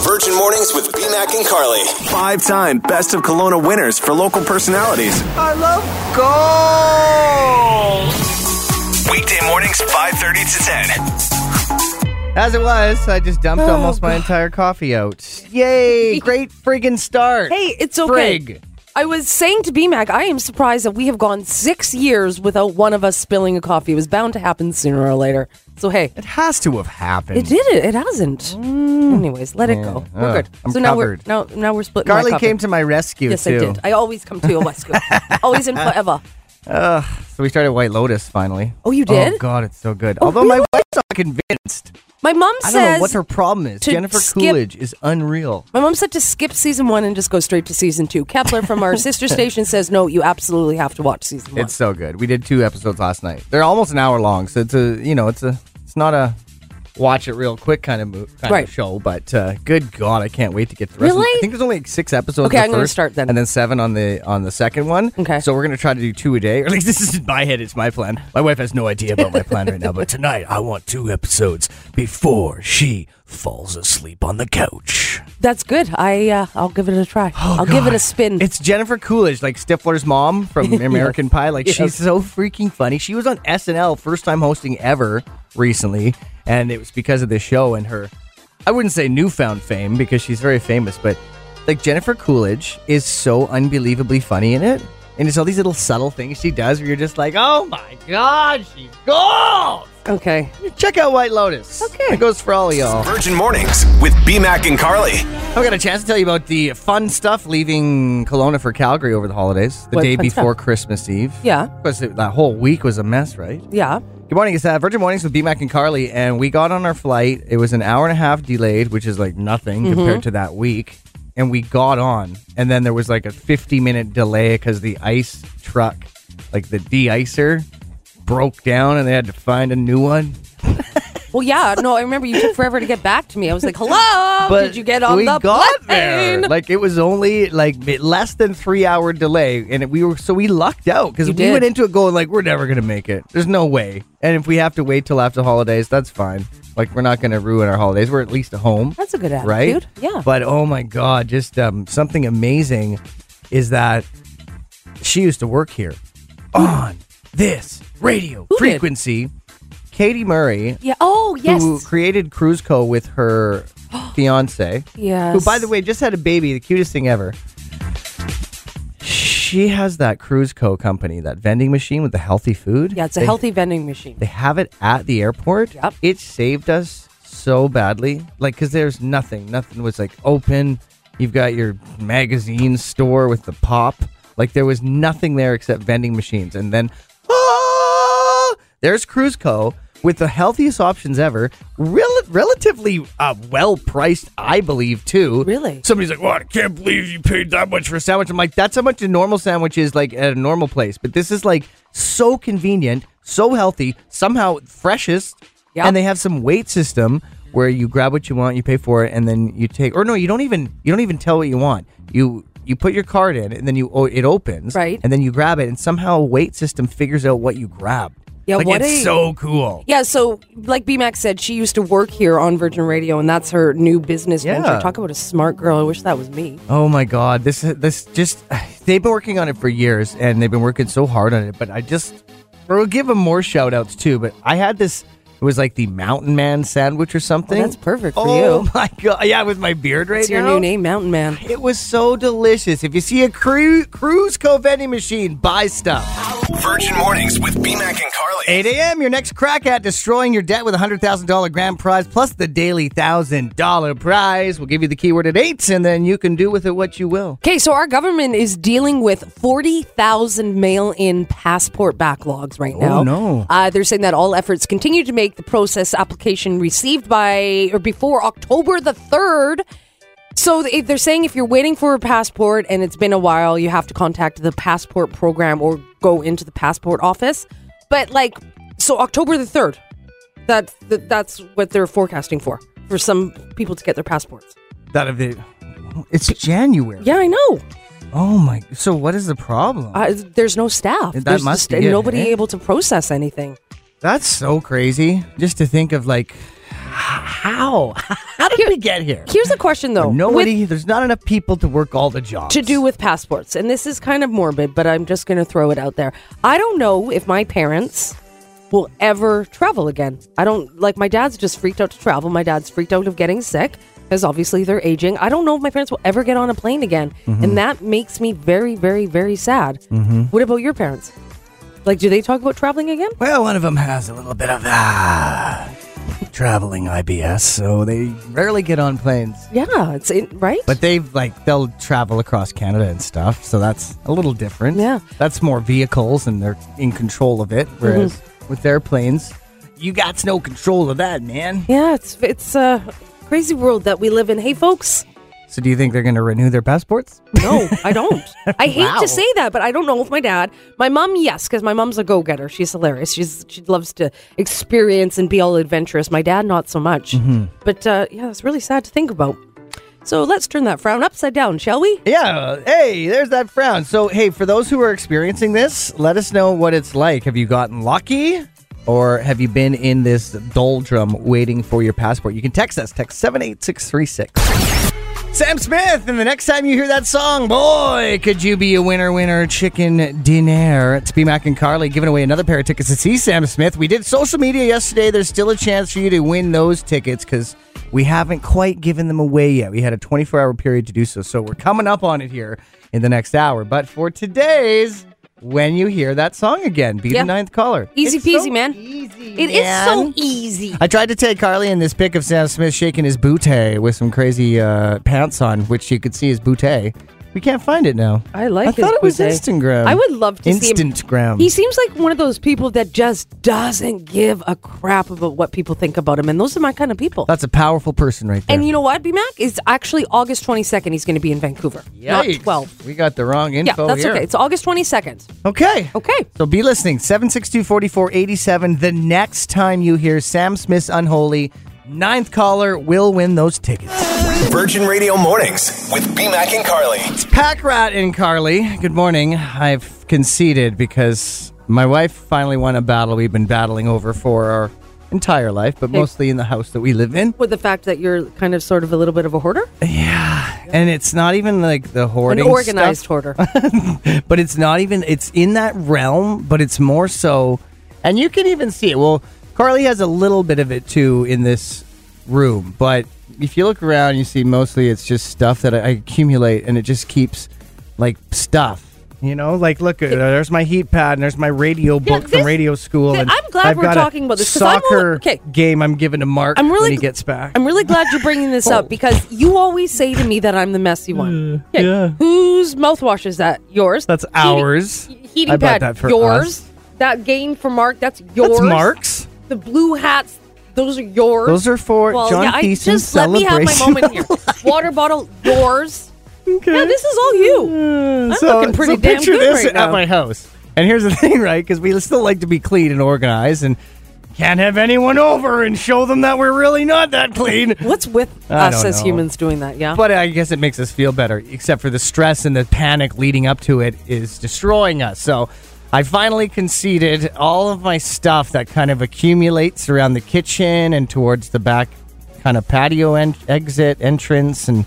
Virgin Mornings with BMAC and Carly. Five time Best of Kelowna winners for local personalities. I love gold. Weekday mornings, 5.30 to 10. As it was, I just dumped Oh, almost my entire coffee out. Yay! Great friggin' start. Hey, it's okay. Frig. I was saying to BMAC, I am surprised that we have gone six years without one of us spilling a coffee. It was bound to happen sooner or later. So, hey, It has to have happened. it did it. It hasn't. Anyways, let it go. We're Ugh, good. I'm so now covered. we're now now we're splitting. my Carly coffee. came to my rescue Yes, too. I did. I always come to a West Coast. always and forever. So we started White Lotus finally. Oh, you did? Oh God, it's so good. Although my wife's not convinced. My mom I says don't know what her problem is. to Jennifer skip- Coolidge is unreal. My mom said to skip season one and just go straight to season two. Kepler from our sister station says, no, you absolutely have to watch season one. It's so good. We did two episodes last night. They're almost an hour long, so it's a you know it's a it's not a watch it real quick kind of mo- kind Right. of show. But uh, good God, I can't wait to get the rest. Of them. I Really? think there's only like six episodes. Okay, the I'm gonna first, start then. and then seven on the on the second one. Okay. so we're gonna try to do two a day. Or at least this is in my head. It's my plan. My wife has no idea about my plan right now. But tonight I want two episodes before she falls asleep on the couch. That's good. I, uh, I'll give it a try. I'll give it Oh, God. a spin. It's Jennifer Coolidge, like Stifler's mom from American Pie. Like Yes. she's so freaking funny. She was on SNL, first time hosting ever recently, and it was because of this show and her. I wouldn't say newfound fame because she's very famous, but like Jennifer Coolidge is so unbelievably funny in it, and it's all these little subtle things she does where you're just like, oh my god, she's gold. okay. Check out White Lotus. Okay. it goes for all of y'all. Virgin Mornings with BMAC and Carly. I got a chance to tell you about the fun stuff leaving Kelowna for Calgary over the holidays, the What day fun before Christmas Eve. Yeah. Because that whole week was a mess, right? Yeah. Good morning. It's uh, Virgin Mornings with BMAC and Carly, and we got on our flight. It was an hour and a half delayed, which is like nothing Mm-hmm. compared to that week. And we got on, and then there was like a 50 minute delay because the ice truck, like the de-icer, broke down, and they had to find a new one. Well, yeah. No, I remember you took forever to get back to me. I was like, hello, did you get on we the got plane? There. Like it was only like mi- less than three hour delay, and we were so we lucked out because we You did. went into it going like we're never gonna make it. There's no way. And if we have to wait till after holidays, that's fine. Like we're not gonna ruin our holidays. We're at least home. That's a good attitude. right? Yeah. But oh my god, just um, something amazing is that she used to work here on this radio Who did? frequency. Katie Murray yeah. Oh, yes. who created Cruise Co. with her fiance. Yes. Who, by the way, just had a baby, the cutest thing ever. She has that Cruise Co. company, that vending machine with the healthy food. yeah, it's a They- healthy vending machine. They have it at the airport. Yep. It saved us so badly. Like, because there's nothing. Nothing was like open. You've got your magazine store with the pop. Like, there was nothing there except vending machines. And then, ah, there's Cruise Co. with the healthiest options ever. Rel- relatively uh, well priced, I believe, too. Really? Somebody's like, "What? I can't believe you paid that much for a sandwich." I'm like, "That's how much a normal sandwich is like at a normal place." But this is like so convenient, so healthy, somehow freshest. Yeah. And they have some weight system where you grab what you want, you pay for it, and then you take. Or no, you don't even you don't even tell what you want. You you put your card in, and then you o- it opens, Right. And then you grab it, and somehow a weight system figures out what you grabbed. Yeah, like, what it's a- so cool. Yeah, so like BMAC said, she used to work here on Virgin Radio, and that's her new business Yeah. venture. Talk about a smart girl. I wish that was me. Oh my god, this this just they've been working on it for years and they've been working so hard on it, but I just or we'll give them more shout outs too, but I had this it was like the Mountain Man sandwich or something. Oh, that's perfect for oh you. my god. Yeah, with my beard right It's your now. new name, Mountain Man. It was so delicious. If you see a cru- cruise co vending machine, buy stuff. Virgin Mornings with BMAC and Carly. 8 a.m. Your next crack at destroying your debt with a hundred thousand dollar grand prize plus the daily thousand dollar prize. We'll give you the keyword at eight, and then you can do with it what you will. Okay, so our government is dealing with 40,000 mail in passport backlogs right now. no. Uh, they're saying that all efforts continue to make the process application received by or before October the 3rd. So th- they're saying if you're waiting for a passport and it's been a while, you have to contact the passport program or go into the passport office. But like, so October the 3rd, that, that that's what they're forecasting for, for some people to get their passports. that of it. It's January. Yeah, I know. Oh my. So what is the problem? Uh, there's no staff. That there's must just- be it, nobody eh? able to process anything. That's so crazy. Just to think of like how? How did we get here? Here's a question though. With- Nobody, there's not enough people to work all the jobs. to do with passports. And this is kind of morbid, but I'm just going to throw it out there. I don't know if my parents will ever travel again. I don't like my dad's just freaked out to travel. My dad's freaked out of getting sick because obviously they're aging. I don't know if my parents will ever get on a plane again. Mm-hmm. And that makes me very, very, very sad. What about your parents? Like, do they talk about traveling again? Well, one of them has a little bit of ah, traveling IBS, so they rarely get on planes. Yeah, it's it, right. But they've like they'll travel across Canada and stuff, so that's a little different. Yeah. that's more vehicles and they're in control of it. Whereas Mm-hmm. with their planes, you got no control of that, man. yeah, it's it's a crazy world that we live in. Hey, folks. So do you think they're going to renew their passports? No, I don't. I hate Wow. to say that, but I don't know if my dad, my mom, yes, because my mom's a go getter. She's hilarious. She's she loves to experience and be all adventurous. My dad, not so much. Mm-hmm. But uh, yeah, it's really sad to think about. So let's turn that frown upside down, shall we? Yeah. Hey, there's that frown. So, hey, for those who are experiencing this, let us know what it's like. Have you gotten lucky? Or have you been in this doldrum waiting for your passport? You can text us, text 78636. Sam Smith, and the next time you hear that song, boy, could you be a winner, winner, chicken dinner. It's B Mac and Carly giving away another pair of tickets to see Sam Smith. We did social media yesterday. There's still a chance for you to win those tickets because we haven't quite given them away yet. We had a 24 hour period to do so. So we're coming up on it here in the next hour. But for today's, when you hear that song again, be Yeah. the ninth caller. Easy so peasy, man. Easy, It is so easy. I tried to take Carly in this pic of Sam Smith shaking his bootay with some crazy uh, pants on, which you could see his bootay. We can't find it now. I like I thought his it was bootay. Instagram. I would love to see him- Instagram. He seems like one of those people that just doesn't give a crap about what people think about him. And those are my kind of people. That's a powerful person right there. and you know what, B Mac? It's actually August 22nd. He's going to be in Vancouver. Not Yikes. 12. We got the wrong Yeah, info that's here. okay. It's August 22nd. Okay. Okay. So be listening. 762-4487. The next time you hear Sam Smith's Unholy, ninth caller will win those tickets. Virgin Radio Mornings with BMAC and Carly. Pack Rat and Carly, good morning. I've conceded because my wife finally won a battle we've been battling over for our entire life, but mostly in the house that we live in. with the fact that you're kind of sort of a little bit of a hoarder, And it's not even like the an hoarding organized stuff, hoarder. but it's not even it's in that realm, but it's more so and you can even see it. Well, Carly has a little bit of it too in this room, but if you look around, you see mostly it's just stuff that I accumulate and it just keeps like stuff. You know, like look, uh, there's my heat pad and there's my radio Yeah, book this- from radio school. th- And I'm glad I've we're got a talking about this, 'cause I'm all- soccer okay. game I'm giving to Mark I'm really when he gl- gets back. I'm really glad you're bringing this Oh. up because you always say to me that I'm the messy one. Mm, Okay, yeah. Whose mouthwash is that? Yours. That's Heating- ours. Heating I bought pad. that for yours. us. That game for Mark. That's yours. That's Mark's. The blue hats. Those are yours. Those are for well, John yeah, I, Thiessen just let me have my celebration moment here. Water bottle. Yours. Okay. Yeah, this is all you. I'm looking pretty damn picture good this right now. at my house. And here's the thing, right? Because we still like to be clean and organized, and can't have anyone over and show them that we're really not that clean. What's with I us don't as know. humans doing that? Yeah. But I guess it makes us feel better, except for the stress and the panic leading up to it is destroying us. So I finally conceded all of my stuff that kind of accumulates around the kitchen and towards the back kind of patio en- exit entrance and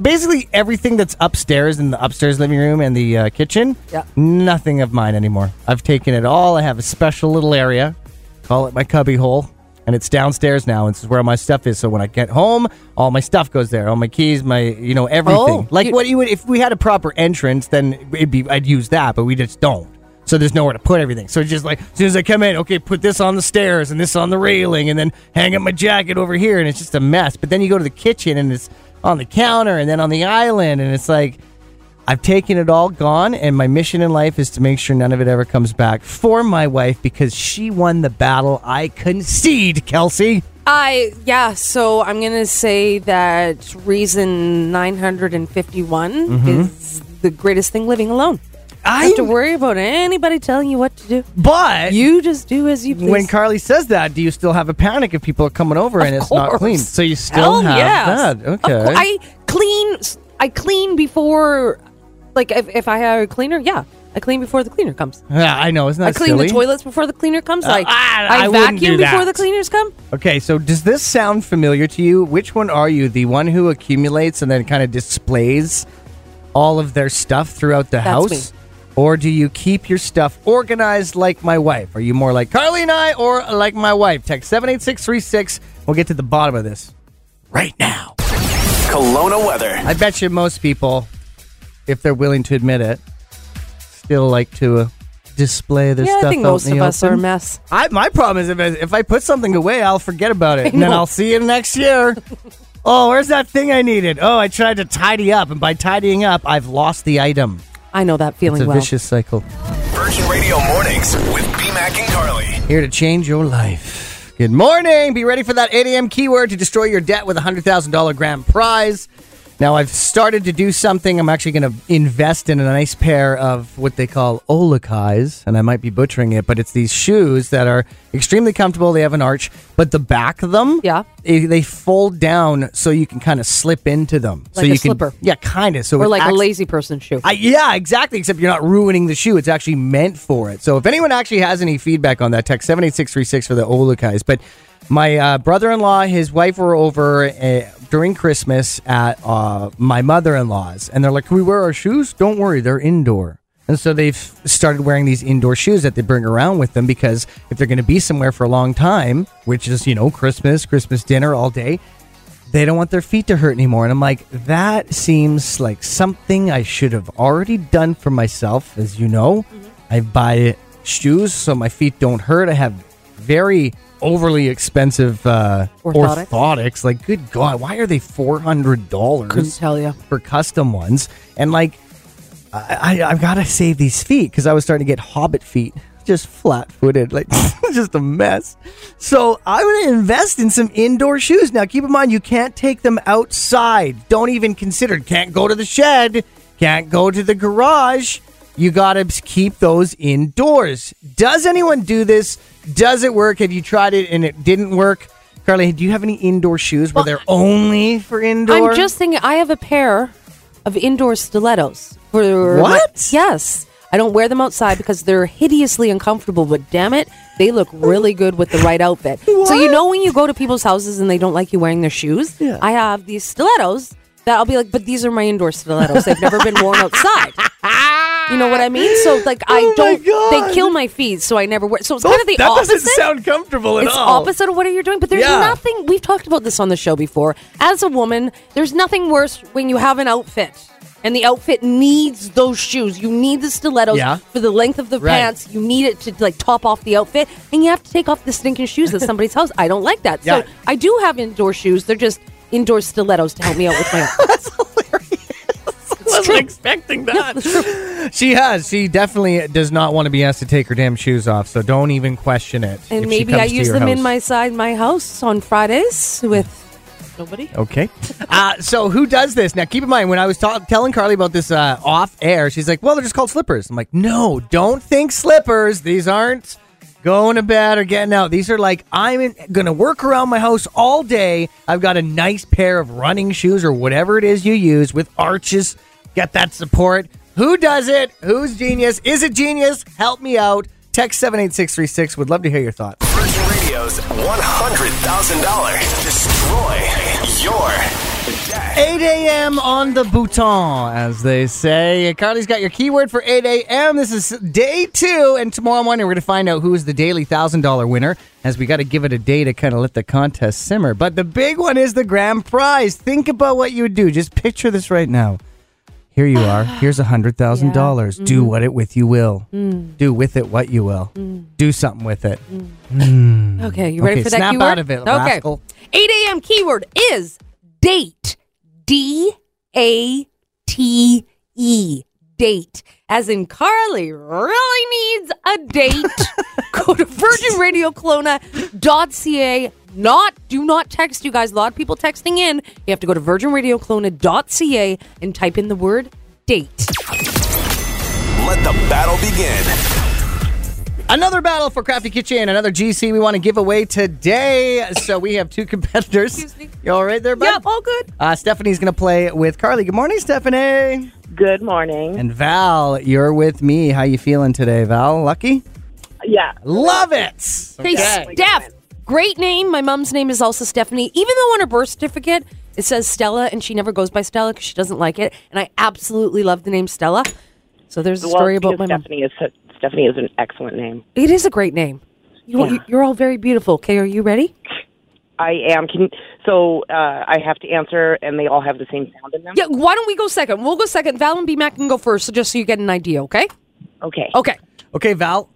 basically everything that's upstairs in the upstairs living room and the uh, kitchen. Yeah. Nothing of mine anymore. I've taken it all. I have a special little area, call it my cubby hole. And it's downstairs now, and this is where my stuff is. So when I get home, all my stuff goes there. All my keys, my you know everything. Oh, like you- what you would if we had a proper entrance, then it'd be I'd use that, but we just don't. So there's nowhere to put everything. So it's just like as soon as I come in, okay, put this on the stairs and this on the railing, and then hang up my jacket over here, and it's just a mess. But then you go to the kitchen, and it's on the counter, and then on the island, and it's like I've taken it all gone, and my mission in life is to make sure none of it ever comes back for my wife because she won the battle. I concede, Kelsey. I yeah, so I'm gonna say that reason 951 Mm-hmm. is the greatest thing living alone. I have to worry about anybody telling you what to do. but You just do as you please. when Carly says that, do you still have a panic if people are coming over and it's not course. clean? So you still Hell have yes. that. Of Okay. cour- I clean. I clean before, like if, if I hire a cleaner, yeah, I clean before the cleaner comes. Yeah, I know. Isn't that I clean silly? the toilets before the cleaner comes. Uh, Like I- I, I wouldn't vacuum do before that. the cleaners come. Okay, so does this sound familiar to you? Which one are you? The one who accumulates and then kind of displays all of their stuff throughout the house? me. Or do you keep your stuff organized like my wife? Are you more like Carly and I or like my wife? Text 78636. We'll get to the bottom of this right now. Kelowna weather. I bet you most people, if they're willing to admit it, still like to uh, display their yeah, stuff. I think out most in of the us are a open. mess. I, my problem is if I, if I put something away, I'll forget about it, and then know. I'll see you next year. oh, where's that thing I needed? Oh, I tried to tidy up, and by tidying up, I've lost the item. I know that feeling It's a Oh, well. vicious cycle. Virgin Radio Mornings with BMAC and Carly. Here to change your life. Good morning. Be ready for that 8 a.m. keyword to destroy your debt with a $100,000 grand prize. Now, I've started to do something. I'm actually going to invest in a nice pair of what they call olakais, and I might be butchering it, but it's these shoes that are extremely comfortable. They have an arch, but the back of them, Yeah. eh, they fold down so you can kind of slip into them. so Like a you can, slipper. Yeah, kind of. So Or it like a acts- lazy person's shoe. I, yeah, exactly. Except you're not ruining the shoe. It's actually meant for it. So if anyone actually has any feedback on that, text 78636 for the Olukais. But my uh, brother in law, his wife were over uh, during Christmas at uh, my mother in law's. And they're like, Can we wear our shoes? Don't worry, they're indoor. And so they've started wearing these indoor shoes that they bring around with them because if they're going to be somewhere for a long time, which is, you know, Christmas, Christmas dinner all day, they don't want their feet to hurt anymore. And I'm like, that seems like something I should have already done for myself. As you know, Mm-hmm. I buy shoes so my feet don't hurt. I have very overly expensive uh, Orthotics. orthotics. Like, good God, why are they $400? Couldn't tell ya. For custom ones. And like, I, I, I've got to save these feet because I was starting to get hobbit feet, just flat footed, like just a mess. So I'm going to invest in some indoor shoes. Now, keep in mind, you can't take them outside. Don't even consider. Can't go to the shed. Can't go to the garage. You got to keep those indoors. Does anyone do this? Does it work? Have you tried it and it didn't work? Carly, do you have any indoor shoes where Well, they're only for indoor? I'm just thinking. I have a pair of indoor stilettos. For my- What? yes, I don't wear them outside because they're hideously uncomfortable. But damn it, they look really good with the right outfit. So you What? know when you go to people's houses and they don't like you wearing their shoes, Yeah. I have these stilettos that I'll be like, but these are my indoor stilettos. They've never been worn outside. You know what I mean? So like I Oh my don't. God. They kill my feet, so I never wear. So it's kind of the that opposite. doesn't sound comfortable at It's all. opposite of what you're doing, but there's Yeah. nothing. We've talked about this on the show before. As a woman, there's nothing worse when you have an outfit and the outfit needs those shoes. You need the stilettos Yeah. for the length of the Right. pants. You need it to like top off the outfit, and you have to take off the stinking shoes at somebody's house. I don't like that. Yeah. So I do have indoor shoes. They're just indoor stilettos to help me out with my outfit. wasn't expecting that. she has. She definitely does not want to be asked to take her damn shoes off. So don't even question it. if And she maybe comes I to use your them in house. my side my house on Fridays with nobody. Okay. Uh, so who does this? Now, keep in mind, when I was ta- telling Carly about this uh, off air, she's like, well, they're just called slippers. I'm like, no, don't think slippers. These aren't going to bed or getting out. These are like, I'm going to work around my house all day. I've got a nice pair of running shoes or whatever it is you use with arches. Get that support. Who does it? Who's genius? Is it genius? Help me out. Text 78636. Would love to hear your thoughts. Virgin Radio's $100,000. Destroy your debt. 8 a.m. on the Bouton, as they say. Carly's got your keyword for 8 a.m. This is day two, and tomorrow morning we're going to find out who is the daily $1,000 winner, as we got to give it a day to kind of let the contest simmer. But the big one is the grand prize. Think about what you would do. Just picture this right now. Here you are. Here's $100,000. Do what it with you will. Do with it what you will. Do something with it. Okay, you ready Okay, for that snap keyword? out of it, okay. rascal. 8 a.m. keyword is date. D A T E. Date. As in Carly really needs a date. Go to virginradioclona.ca. Not do not text you guys. A lot of people texting in. You have to go to virginradioclona.ca and type in the word date. Let the battle begin. Another battle for Crafty Kitchen, another GC we want to give away today. So we have two competitors. Excuse me. You all right there, bud? Yep, all good. Uh, Stephanie's going to play with Carly. Good morning, Stephanie. Good morning. And Val, you're with me. How you feeling today, Val? Lucky? yeah. Love it. Hey, Steph. Great name. My mom's name is also Stephanie. Even though on her birth certificate it says Stella, and she never goes by Stella because she doesn't like it. And I absolutely love the name Stella. So there's a Well, story about my because mom. Stephanie is Stephanie is an excellent name. It is a great name. You, Yeah. You're all very beautiful. Okay, are you ready? I am. Can, so uh, I have to answer, and they all have the same sound in them. Yeah. Why don't we go second? We'll go second. Val and B Mac can go first, so just so you get an idea. Okay. Okay. Okay. Okay, Val.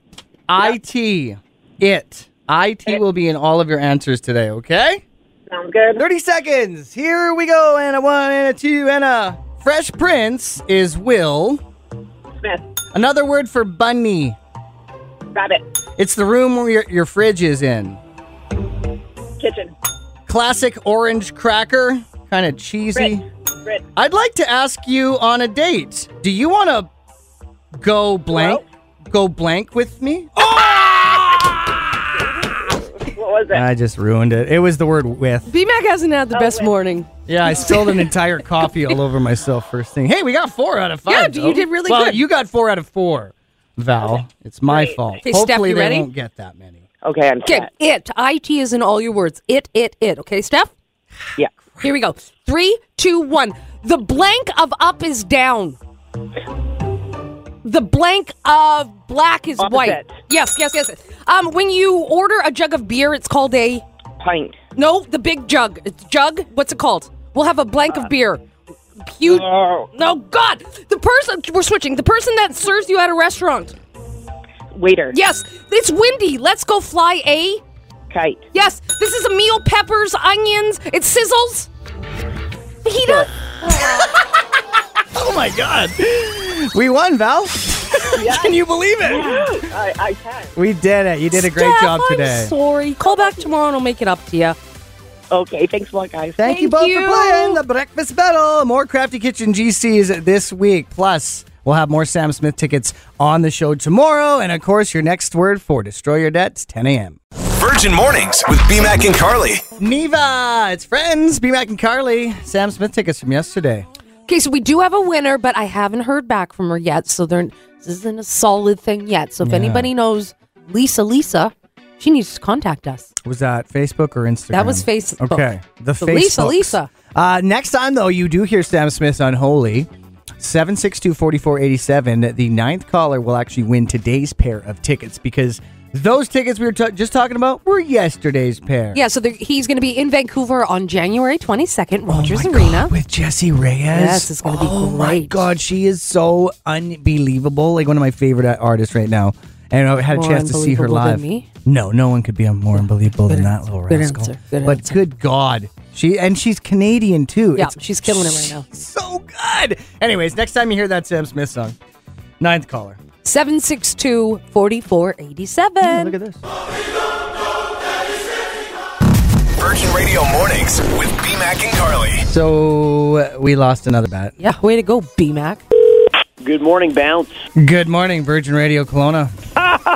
IT. It. IT will be in all of your answers today, okay? Sounds good. 30 seconds. Here we go. And a one, and a two, and a. Fresh Prince is Will. Smith, Another word for bunny. rabbit, It's the room where your, your fridge is in. kitchen, Classic orange cracker. Kind of cheesy. Brit, Brit, I'd like to ask you on a date. Do you want to go blank? Go blank with me? Oh. what was it? I just ruined it. It was the word with. B Mac hasn't Oh, had the best morning. Yeah, I spilled an entire coffee all over myself first thing. Hey, we got four out of Yeah, five. you though. did really well, good. you got four out of four, Val. It's my fault. Okay, Steph, Hopefully you they ready? won't get that many. Okay, I'm Okay. set. It. It is in all your words. It. It. It. Okay, Steph. Yeah. Here we go. Three, two, one. The blank of up is down. The blank of black is white. Opposite. Yes, yes, yes. Um, when you order a jug of beer, it's called a Pint. no. The big jug. It's jug. What's it called? We'll have a blank of beer. Huge. Oh, No God. The person we're switching. The person that serves you at a restaurant. waiter. Yes. It's windy. Let's go fly a. Kite. Yes. This is a meal. Peppers, onions. It sizzles. Fajita. Oh my God. We won, Val. Can you believe it? I, I can. We did it. You did a great Steph, job I'm today. sorry. Call back tomorrow and I'll make it up to you. Okay. Thanks a lot, guys. Thank, you Thank both for you. playing the Breakfast Battle. More Crafty Kitchen GCs this week. Plus, we'll have more Sam Smith tickets on the show tomorrow. And of course, your next word for Destroy Your Debts, 10 a.m. Virgin Mornings with BMAC and Carly. Neva, it's friends, B Mac and Carly. Sam Smith tickets from yesterday. Okay, so we do have a winner, but I haven't heard back from her yet. So there, this isn't a solid thing yet. So if anybody knows Lisa, Lisa, she needs to contact us. Was that Facebook or Instagram? That was Facebook. Okay. The So Facebook. Lisa, Lisa. Uh, next time, though, you do hear Sam Smith's Unholy. 762 4487. The ninth caller will actually win today's pair of tickets because those tickets we were ta- just talking about were yesterday's pair. Yeah, so there, he's going to be in Vancouver on January 22nd, Oh my Rogers God, Arena. with Jesse Reyes. Yes, it's gonna be oh my great. god, she is so unbelievable. Like one of my favorite artists right now. And I had a More chance to see her unbelievable than live. me? No, no one could be more unbelievable than that little Good rascal. answer, good but answer. good god, she and she's Canadian too. Yeah, she's killing it right now. she's So good. Anyways, next time you hear that Sam Smith song, ninth caller. 762 Look 4487. at this. Virgin Radio Mornings with BMAC and Carly. So uh, we lost another bat. Yeah, way to go, BMAC. Good morning, Bounce. Good morning, Virgin Radio Kelowna.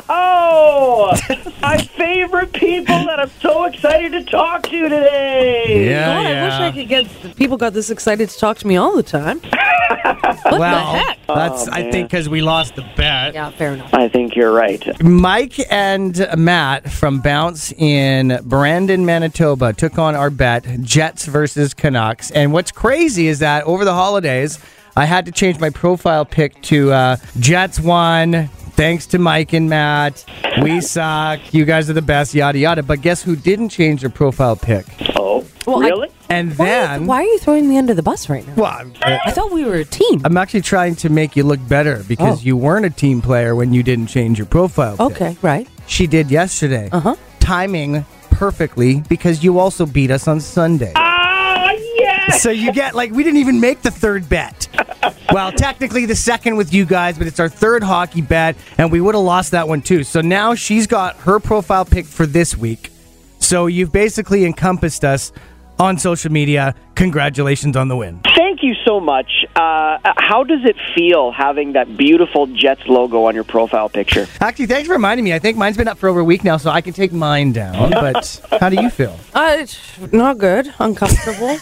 Oh, my favorite people that Oh, I'm so excited to talk to today. Oh, Yeah, God, I wish I could get people got this excited to talk to me all the time. what well, the heck? that's Oh, I man. think because we lost the bet. Yeah, fair enough. I think you're right. Mike and Matt from Bounce in Brandon, Manitoba took on our bet Jets versus Canucks. And what's crazy is that over the holidays, I had to change my profile pic to uh, Jets won. Thanks to Mike and Matt. We suck. You guys are the best, yada, yada. But guess who didn't change their profile pic? Oh, Well, I- really? And Why, then. why are you throwing me under the bus right now? Well, I'm- I thought we were a team. I'm actually trying to make you look better because Oh. you weren't a team player when you didn't change your profile. pic. okay, right. she did yesterday. Uh-huh. Timing perfectly because you also beat us on Sunday. Ah, Oh, yes. So you get like we didn't even make the third bet. well, technically the second with you guys, but it's our third hockey bet and we would have lost that one too. So now she's got her profile pic for this week. So you've basically encompassed us on social media. Congratulations on the win. Thank you so much. Uh, how does it feel having that beautiful Jets logo on your profile picture? Actually, thanks for reminding me. I think mine's been up for over a week now, so I can take mine down. But how do you feel? Uh, it's not good. Uncomfortable.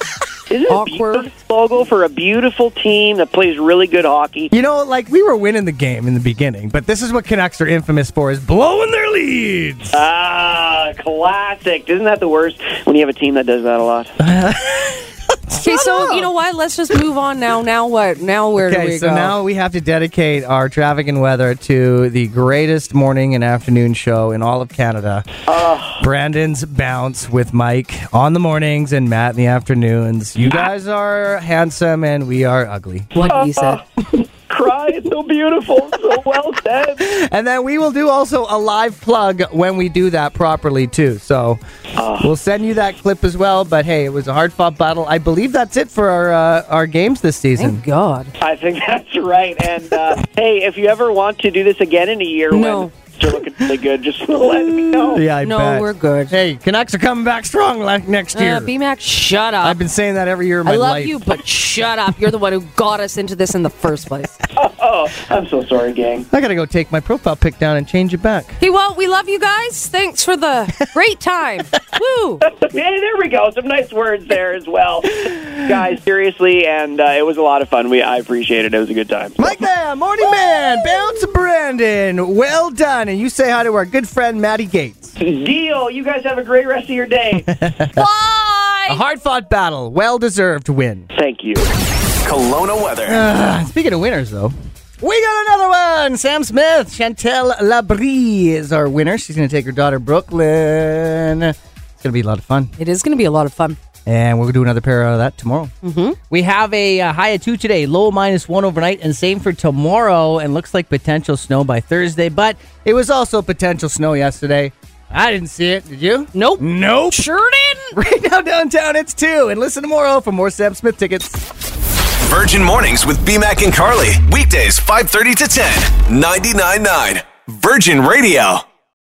Isn't Awkward. it a beautiful logo for a beautiful team that plays really good hockey? You know, like we were winning the game in the beginning, but this is what Canucks are infamous for: is blowing their leads. Ah, classic. Isn't that the worst when you have a team that does that a lot? Okay, so you know what? Let's just move on now. Now what? Now where do Okay, we so go? now we have to dedicate our traffic and weather to the greatest morning and afternoon show in all of Canada. Ah. Brandon's Bounce with Mike on the mornings and Matt in the afternoons. Ah. You guys are handsome and we are ugly. what he said. Cry, it's so beautiful. So well said. And then we will do also a live plug when we do that properly too. So we'll send you that clip as well. But hey, it was a hard fought battle. I believe that's it for our uh, our games this season. Thank God. I think that's right. And uh, hey, if you ever want to do this again in a year No. when you're looking really good, just let me know. Yeah, I no, bet. we're good. Hey, Canucks are coming back strong like next year. Uh, BMAC, shut up. I've been saying that every year of my I love life. you, but shut up. You're the one who got us into this in the first place. Oh, I'm so sorry, gang. I gotta go take my profile pic down and change it back. Hey, well, we love you guys. Thanks for the great time. Woo! Hey, there we go. Some nice words there as well, guys. Seriously, and uh, it was a lot of fun. We I appreciate it. It was a good time. Mike there, morning man, bounce Brandon. Well done, and you say hi to our good friend Maddie Gates. Deal. You guys have a great rest of your day. A Bye! hard fought battle, well deserved win. Thank you. Kelowna weather. Ah, Speaking of winners, though, we got another one. Sam Smith, Chantel Labrie is our winner. She's gonna take her daughter Brooklyn. It's gonna be a lot of fun. It is going to be a lot of fun. And we'll do another pair out of that tomorrow. Mm-hmm. We have a uh, high of two today, low minus one overnight, and same for tomorrow. And looks like potential snow by Thursday, but it was also potential snow yesterday. I didn't see it. Did you? Nope. Nope. Sure didn't. Right now, downtown, it's two. And listen tomorrow for more Sam Smith tickets. Virgin Mornings with BMAC and Carly. Weekdays 5:30 to 10. 99.9 Virgin Radio.